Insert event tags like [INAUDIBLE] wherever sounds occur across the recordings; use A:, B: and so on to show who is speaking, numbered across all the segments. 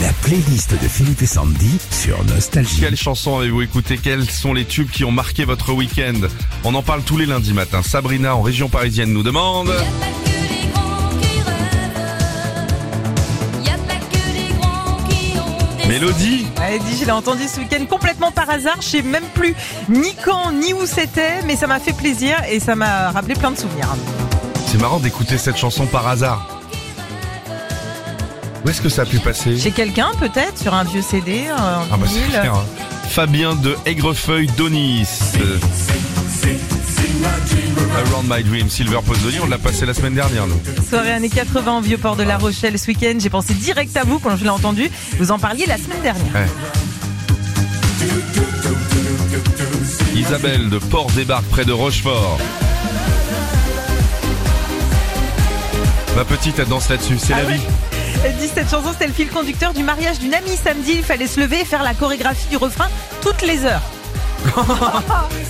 A: La playlist de Philippe et Sandy sur Nostalgie.
B: Quelles chansons avez-vous écouté Quels sont les tubes qui ont marqué votre week-end On en parle tous les lundis matins. Sabrina en région parisienne nous demande.
C: Y a pas que les grands qui rêvent, y a pas que les grands qui ont des
B: Mélodie
D: Ouais, dis, je l'ai entendu ce week-end complètement par hasard. Je sais même plus ni quand ni où c'était, mais ça m'a fait plaisir et ça m'a rappelé plein de souvenirs.
B: C'est marrant d'écouter cette chanson par hasard. Où est-ce que ça a pu passer
D: Chez quelqu'un peut-être sur un vieux CD, euh, en
B: Ah bah c'est
D: vinyle.
B: clair. hein. Fabien de Aigrefeuille d'Onis. Euh, Around My Dream, Silver Pozzoli, on l'a passé la semaine dernière nous.
D: Soirée années 80 au vieux port de La Rochelle ce week-end. J'ai pensé direct à vous quand je l'ai entendu. Vous en parliez la semaine dernière.
B: Isabelle de Port débarque près de Rochefort. Ma petite, elle danse là-dessus, c'est
D: Ah
B: la
D: ouais. [LAUGHS]
B: vie.
D: Elle dit cette chanson, c'était le fil conducteur du mariage d'une amie samedi. Il fallait se lever et faire la chorégraphie du refrain toutes les heures.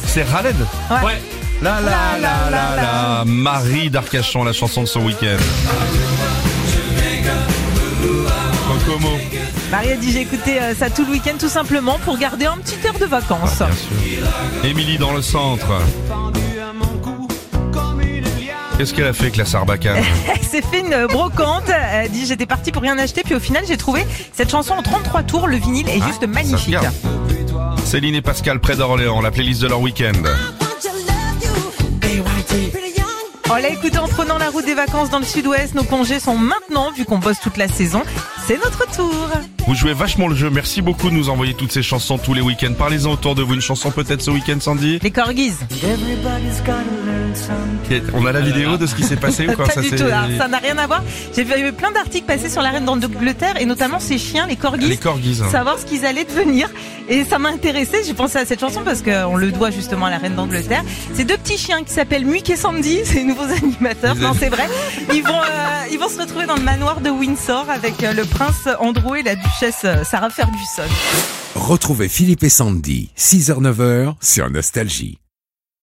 B: C'est Raled
D: Ouais.
B: La la la la la Marie d'Arcachon, la chanson de son week-end. Kokomo.
D: Marie a dit j'ai écouté euh, ça tout le week-end tout simplement pour garder un petit air de vacances.
B: Ah, Émilie dans le centre. Qu'est-ce qu'elle a fait avec la sarbacane
D: Elle s'est fait une brocante. Elle dit j'étais partie pour rien acheter, puis au final j'ai trouvé cette chanson en 33 tours. Le vinyle est juste
B: Hein Ça se
D: magnifique.
B: garde. Céline et Pascal près d'Orléans, la playlist de leur week-end.
D: On l'a écouté en prenant la route des vacances dans le sud-ouest. Nos congés sont maintenant, vu qu'on bosse toute la saison. C'est notre tour.
B: Vous jouez vachement le jeu, merci beaucoup de nous envoyer toutes ces chansons tous les week-ends. Parlez-en autour de vous, une chanson peut-être ce week-end Sandy
D: Les corgis.
B: On a la vidéo de ce qui s'est passé ou quoi
D: [LAUGHS] Pas du
B: s'est-
D: tout. alors, ça n'a rien à voir. J'ai vu plein d'articles passer sur la reine d'Angleterre et notamment ces chiens, les corgis.
B: Les corgis. hein.
D: savoir ce qu'ils allaient devenir. Et ça m'a intéressé, j'ai pensé à cette chanson parce qu'on le doit justement à la reine d'Angleterre. C'est deux petits chiens qui s'appellent Mick et Sandy, [LAUGHS] c'est les nouveaux animateurs,
B: Ils
D: non
B: aiment.
D: c'est vrai. Ils vont, euh, ils vont se retrouver dans le manoir de Windsor avec euh, le prince Andrew et la duchesse euh, Sarah Ferguson.
A: Retrouvez Philippe et Sandy, 6h-9h sur Nostalgie.